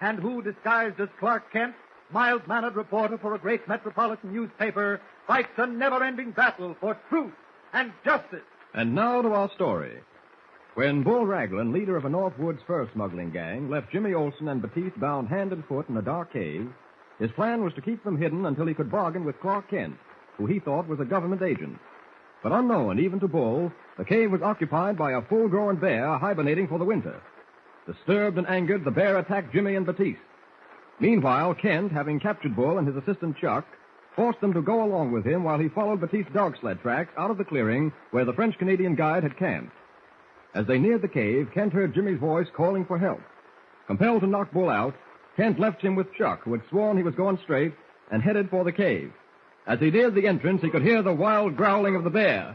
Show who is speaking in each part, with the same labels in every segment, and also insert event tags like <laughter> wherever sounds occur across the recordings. Speaker 1: and who, disguised as Clark Kent, mild-mannered reporter for a great metropolitan newspaper, fights a never-ending battle for truth and justice.
Speaker 2: And now to our story. When Bull Raglan, leader of a Northwoods fur smuggling gang, left Jimmy Olsen and Batiste bound hand and foot in a dark cave, his plan was to keep them hidden until he could bargain with Clark Kent, who he thought was a government agent. But unknown even to Bull, the cave was occupied by a full-grown bear hibernating for the winter. Disturbed and angered, the bear attacked Jimmy and Batiste. Meanwhile, Kent, having captured Bull and his assistant Chuck, forced them to go along with him while he followed Batiste's dog sled tracks out of the clearing where the French Canadian guide had camped. As they neared the cave, Kent heard Jimmy's voice calling for help. Compelled to knock Bull out, Kent left him with Chuck, who had sworn he was going straight, and headed for the cave. As he neared the entrance, he could hear the wild growling of the bear.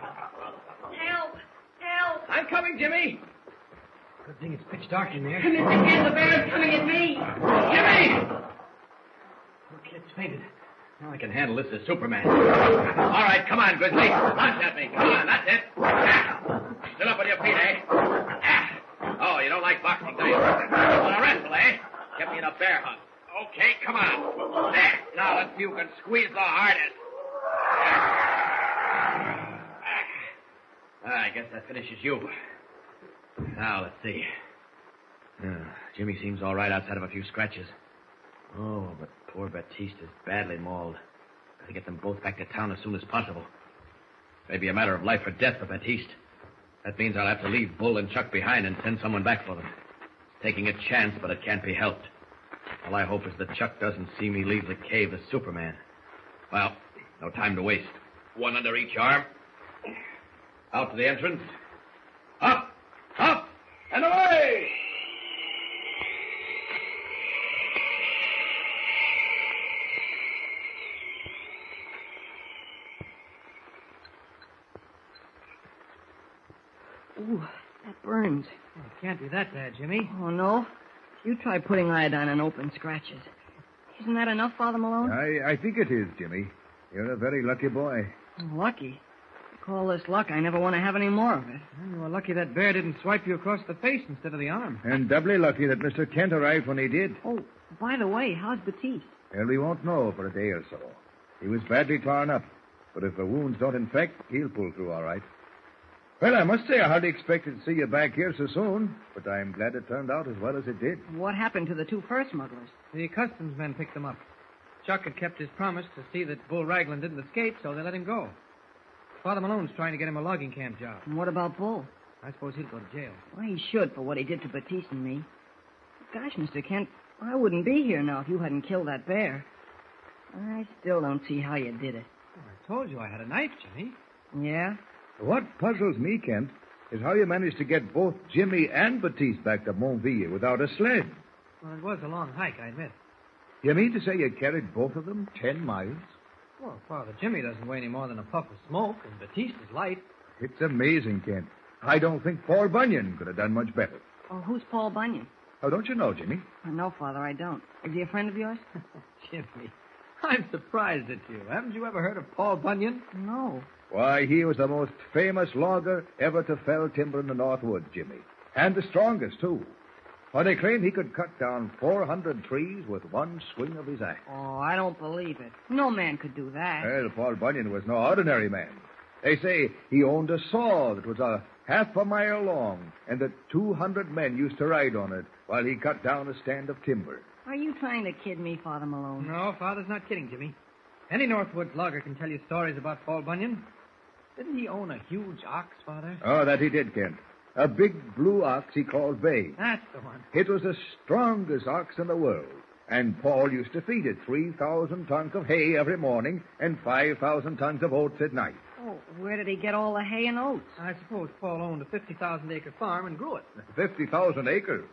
Speaker 3: Help! Help!
Speaker 4: I'm coming, Jimmy.
Speaker 5: Good thing it's pitch dark in there.
Speaker 4: Come in, again. The bear's coming at me. Jimmy!
Speaker 5: Look, it's fainted.
Speaker 4: Now I can handle this as Superman. All right, come on, Grizzly. Launch at me. Come on, that's it. Ah. Sit up on your feet, eh? Ah. Oh, you don't like boxing, do you? Want to wrestle, eh? Get me in a bear hug. Okay, come on. There. Now let's see who can squeeze the hardest. Ah. Ah, I guess that finishes you. Now, let's see. Ah, Jimmy seems all right outside of a few scratches. Oh, but poor Batiste is badly mauled. Gotta get them both back to town as soon as possible. Maybe a matter of life or death for Batiste. That means I'll have to leave Bull and Chuck behind and send someone back for them. It's taking a chance, but it can't be helped. All I hope is that Chuck doesn't see me leave the cave as Superman. Well, no time to waste. One under each arm. Out to the entrance. Up! Up! And away!
Speaker 6: Ooh, that burns.
Speaker 5: Well, it can't be that bad, Jimmy.
Speaker 6: Oh, no. You try putting iodine on open scratches. Isn't that enough, Father Malone?
Speaker 7: I, I think it is, Jimmy. You're a very lucky boy.
Speaker 6: Lucky. You Call this luck. I never want to have any more of it.
Speaker 5: Well, you were lucky that bear didn't swipe you across the face instead of the arm.
Speaker 7: And doubly lucky that Mr. Kent arrived when he did.
Speaker 6: Oh, by the way, how's Batiste?
Speaker 7: Well, we won't know for a day or so. He was badly torn up. But if the wounds don't infect, he'll pull through all right. Well, I must say I hardly expected to see you back here so soon, but I'm glad it turned out as well as it did.
Speaker 6: What happened to the two fur smugglers?
Speaker 5: The customs men picked them up. Chuck had kept his promise to see that Bull Raglan didn't escape, so they let him go. Father Malone's trying to get him a logging camp job.
Speaker 6: And what about Bull?
Speaker 5: I suppose he'll go to jail.
Speaker 6: Why, he should for what he did to Batiste and me. Gosh, Mr. Kent, I wouldn't be here now if you hadn't killed that bear. I still don't see how you did it.
Speaker 5: Well, I told you I had a knife, Jimmy.
Speaker 6: Yeah?
Speaker 7: What puzzles me, Kent, is how you managed to get both Jimmy and Batiste back to Montville without a sled.
Speaker 5: Well, it was a long hike, I admit.
Speaker 7: You mean to say you carried both of them ten miles?
Speaker 5: Well, Father, Jimmy doesn't weigh any more than a puff of smoke, and Batiste is light. <laughs>
Speaker 7: It's amazing, Kent. I don't think Paul Bunyan could have done much better.
Speaker 6: Oh, who's Paul Bunyan?
Speaker 7: Oh, don't you know, Jimmy?
Speaker 6: Oh, no, Father, I don't. Is he a friend of yours?
Speaker 5: Jimmy, I'm surprised at you. Haven't you ever heard of Paul Bunyan?
Speaker 6: no.
Speaker 7: Why, he was the most famous logger ever to fell timber in the North Woods, Jimmy. And the strongest, too. For they claim he could cut down 400 trees with one swing of his axe.
Speaker 6: Oh, I don't believe it. No man could do that.
Speaker 7: Well, Paul Bunyan was no ordinary man. They say he owned a saw that was a half a mile long, and that 200 men used to ride on it while he cut down a stand of timber.
Speaker 6: Are you trying to kid me, Father Malone?
Speaker 5: No, Father's not kidding, Jimmy. Any Northwoods logger can tell you stories about Paul Bunyan. Didn't he own a huge ox, Father?
Speaker 7: Oh, that he did, Kent. A big blue ox he called Bay.
Speaker 5: That's the one.
Speaker 7: It was the strongest ox in the world. And Paul used to feed it 3,000 tons of hay every morning and 5,000 tons of oats at night.
Speaker 6: Oh, where did he get all the hay and oats?
Speaker 5: I suppose Paul owned a 50,000 acre farm and grew it.
Speaker 7: 50,000 acres.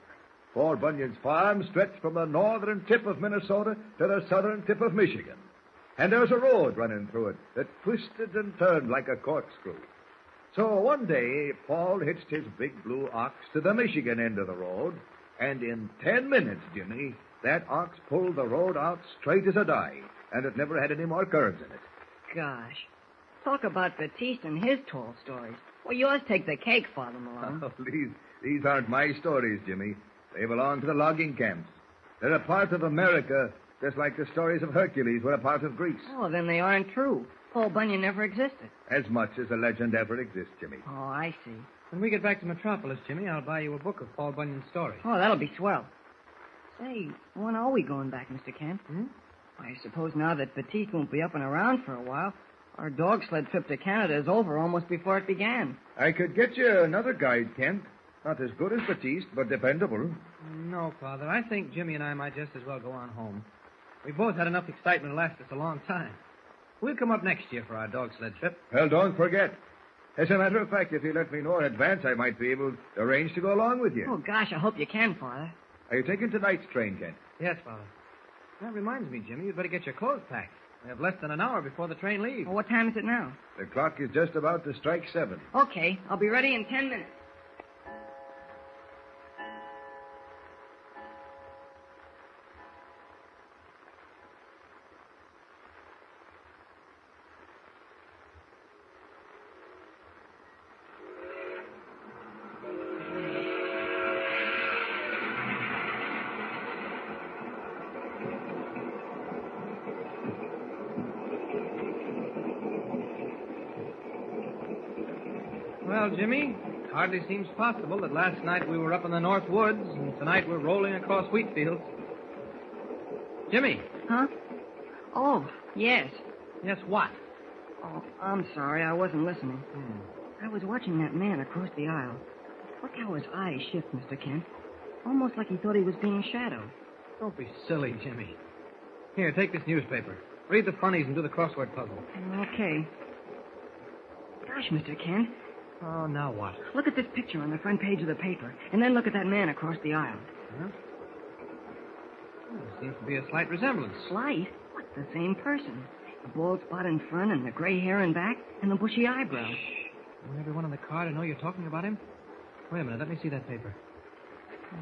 Speaker 7: Paul Bunyan's farm stretched from the northern tip of Minnesota to the southern tip of Michigan. And there was a road running through it that twisted and turned like a corkscrew. So one day, Paul hitched his big blue ox to the Michigan end of the road, and in ten minutes, Jimmy, that ox pulled the road out straight as a die, and it never had any more curves in it.
Speaker 6: Gosh. Talk about Batiste and his tall stories. Well, yours take the cake, Father Malone.
Speaker 7: Oh, these, these aren't my stories, Jimmy. They belong to the logging camps. They're a part of America, just like the stories of Hercules were a part of Greece.
Speaker 6: Oh, then they aren't true. Paul Bunyan never existed.
Speaker 7: As much as a legend ever exists, Jimmy.
Speaker 6: Oh, I see.
Speaker 5: When we get back to Metropolis, Jimmy, I'll buy you a book of Paul Bunyan's stories.
Speaker 6: Oh, that'll be swell. Say, when are we going back, Mr. Kent?
Speaker 5: Hmm?
Speaker 6: I suppose now that Batiste won't be up and around for a while, our dog sled trip to Canada is over almost before it began.
Speaker 7: I could get you another guide, Kent. Not as good as Batiste, but dependable.
Speaker 5: No, Father. I think Jimmy and I might just as well go on home. We've both had enough excitement to last us a long time. We'll come up next year for our dog sled trip.
Speaker 7: Well, don't forget. As a matter of fact, if you let me know in advance, I might be able to arrange to go along with you.
Speaker 6: Oh, gosh, I hope you can, Father.
Speaker 7: Are you taking tonight's train, Kent?
Speaker 5: Yes, Father. That reminds me, Jimmy, you'd better get your clothes packed. We have less than an hour before the train leaves.
Speaker 6: Well, what time is it now?
Speaker 7: The clock is just about to strike seven.
Speaker 6: Okay, I'll be ready in ten minutes.
Speaker 5: Well, Jimmy, hardly seems possible that last night we were up in the North Woods and tonight we're rolling across wheat fields. Jimmy.
Speaker 6: Huh? Oh, yes.
Speaker 5: Yes, what?
Speaker 6: Oh, I'm sorry, I wasn't listening. I was watching that man across the aisle. Look how his eyes shift, Mr. Kent. Almost like he thought he was being shadowed.
Speaker 5: Don't be silly, Jimmy. Here, take this newspaper. Read the funnies and do the crossword puzzle.
Speaker 6: Okay. Gosh, Mr. Kent,
Speaker 5: Oh, now what?
Speaker 6: look at this picture on the front page of the paper, and then look at that man across the aisle.
Speaker 5: Huh? Oh, there seems to be a slight resemblance.
Speaker 6: Slight? What, the same person? The bald spot in front, and the gray hair in back, and the bushy eyebrow.
Speaker 5: Want everyone on the car to know you're talking about him? Wait a minute, let me see that paper.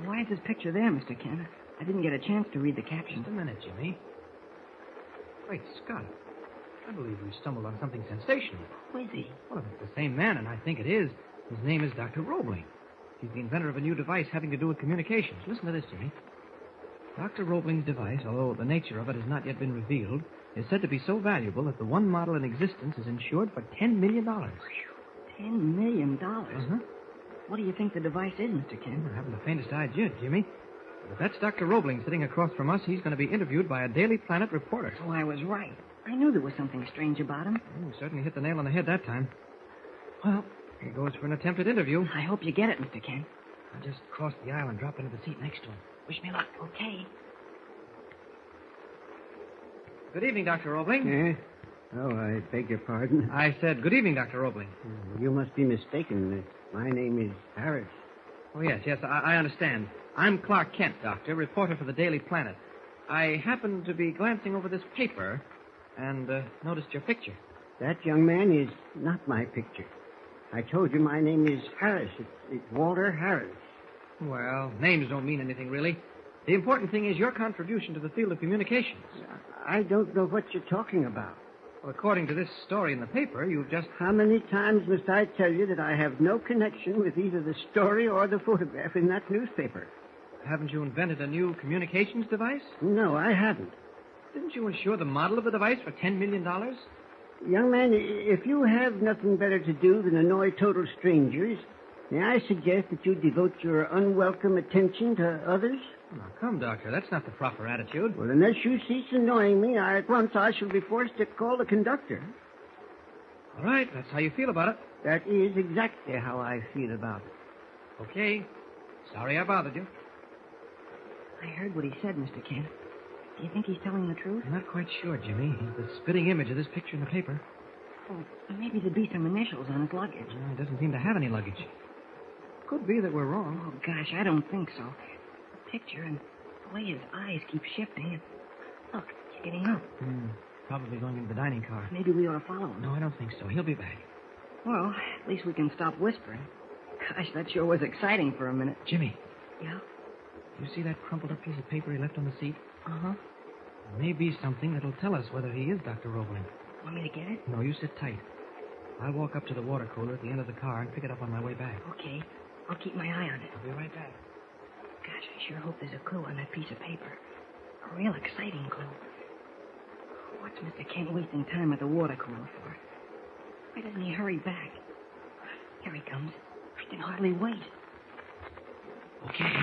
Speaker 6: Why is this picture there, Mr. Kent? I didn't get a chance to read the caption.
Speaker 5: Just a minute, Jimmy. Wait, Scott. I believe we stumbled on something sensational.
Speaker 6: Who is he?
Speaker 5: Well, if it's the same man, and I think it is, his name is Dr. Roebling. He's the inventor of a new device having to do with communications. Listen to this, Jimmy. Dr. Roebling's device, although the nature of it has not yet been revealed, is said to be so valuable that the one model in existence is insured for $10 million.
Speaker 6: Ten million dollars.
Speaker 5: Uh-huh.
Speaker 6: What do you think the device is, Mr. Kent?
Speaker 5: I haven't the faintest idea, Jimmy. But if that's Dr. Roebling sitting across from us, he's going to be interviewed by a Daily Planet reporter.
Speaker 6: Oh, I was right. I knew there was something strange about him.
Speaker 5: You certainly hit the nail on the head that time. Well, here goes for an attempted interview.
Speaker 6: I hope you get it, Mr. Kent.
Speaker 5: I just crossed the aisle and dropped into the seat next to him.
Speaker 6: Wish me luck. Okay.
Speaker 5: Good evening, Dr. Roebling.
Speaker 8: Eh? Oh, I beg your pardon.
Speaker 5: I said, Good evening, Dr. Roebling.
Speaker 8: You must be mistaken. My name is Harris.
Speaker 5: Oh, yes, yes, I, I understand. I'm Clark Kent, Doctor, reporter for the Daily Planet. I happened to be glancing over this paper and uh, noticed your picture.
Speaker 8: That young man is not my picture. I told you my name is Harris. It's, it's Walter Harris.
Speaker 5: Well, names don't mean anything, really. The important thing is your contribution to the field of communications.
Speaker 8: I don't know what you're talking about.
Speaker 5: Well, according to this story in the paper, you've just.
Speaker 8: How many times must I tell you that I have no connection with either the story or the photograph in that newspaper?
Speaker 5: Haven't you invented a new communications device?
Speaker 8: No, I haven't.
Speaker 5: Didn't you insure the model of the device for $10 million?
Speaker 8: Young man, i- if you have nothing better to do than annoy total strangers, May I suggest that you devote your unwelcome attention to others?
Speaker 5: Now, come, Doctor, that's not the proper attitude.
Speaker 8: Well, unless you cease annoying me, I, at once I shall be forced to call the conductor.
Speaker 5: All right, that's how you feel about it.
Speaker 8: That is exactly how I feel about it.
Speaker 5: Okay. Sorry I bothered you.
Speaker 6: I heard what he said, Mr. Kent. Do you think he's telling the truth?
Speaker 5: I'm not quite sure, Jimmy. He's the spitting image of this picture in the paper.
Speaker 6: Oh, maybe there'd be some initials on his luggage.
Speaker 5: Well, he doesn't seem to have any luggage. Could be that we're wrong.
Speaker 6: Oh, gosh, I don't think so. The picture and the way his eyes keep shifting. And look, he's getting up.
Speaker 5: Hmm. Probably going into the dining car.
Speaker 6: Maybe we ought to follow him.
Speaker 5: No, I don't think so. He'll be back.
Speaker 6: Well, at least we can stop whispering. Gosh, that sure was exciting for a minute.
Speaker 5: Jimmy,
Speaker 6: Yeah?
Speaker 5: you see that crumpled up piece of paper he left on the seat?
Speaker 6: Uh
Speaker 5: Uh-huh.
Speaker 6: huh.
Speaker 5: There may be something that'll tell us whether he is Dr. Roebling.
Speaker 6: Want me to get it?
Speaker 5: No, you sit tight. I'll walk up to the water cooler at the end of the car and pick it up on my way back.
Speaker 6: Okay. I'll keep my eye on it.
Speaker 5: I'll be right back.
Speaker 6: Gosh, I sure hope there's a clue on that piece of paper. A real exciting clue. What's Mr. Kent wasting time at the water cooler for? Why doesn't he hurry back? Here he comes. I can hardly wait.
Speaker 5: Okay.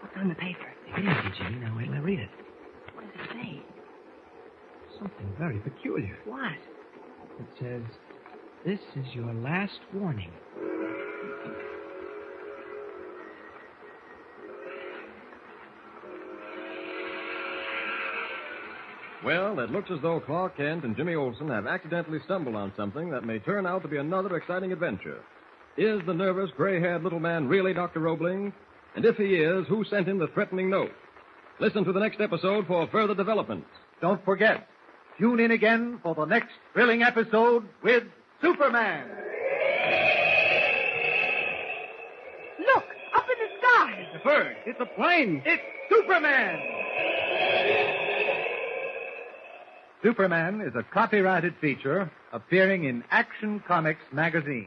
Speaker 6: What's on the paper?
Speaker 5: Take it easy, Jimmy. Now wait till I read it.
Speaker 6: What does it say?
Speaker 5: Something very peculiar.
Speaker 6: What?
Speaker 5: It says, This is your last warning.
Speaker 7: Well, it looks as though Clark Kent and Jimmy Olsen have accidentally stumbled on something that may turn out to be another exciting adventure. Is the nervous, gray haired little man really Dr. Roebling? And if he is, who sent him the threatening note? Listen to the next episode for further developments.
Speaker 9: Don't forget, tune in again for the next thrilling episode with Superman.
Speaker 10: Look, up in the sky.
Speaker 9: It's a bird. It's a plane. It's Superman. Superman is a copyrighted feature appearing in Action Comics magazine.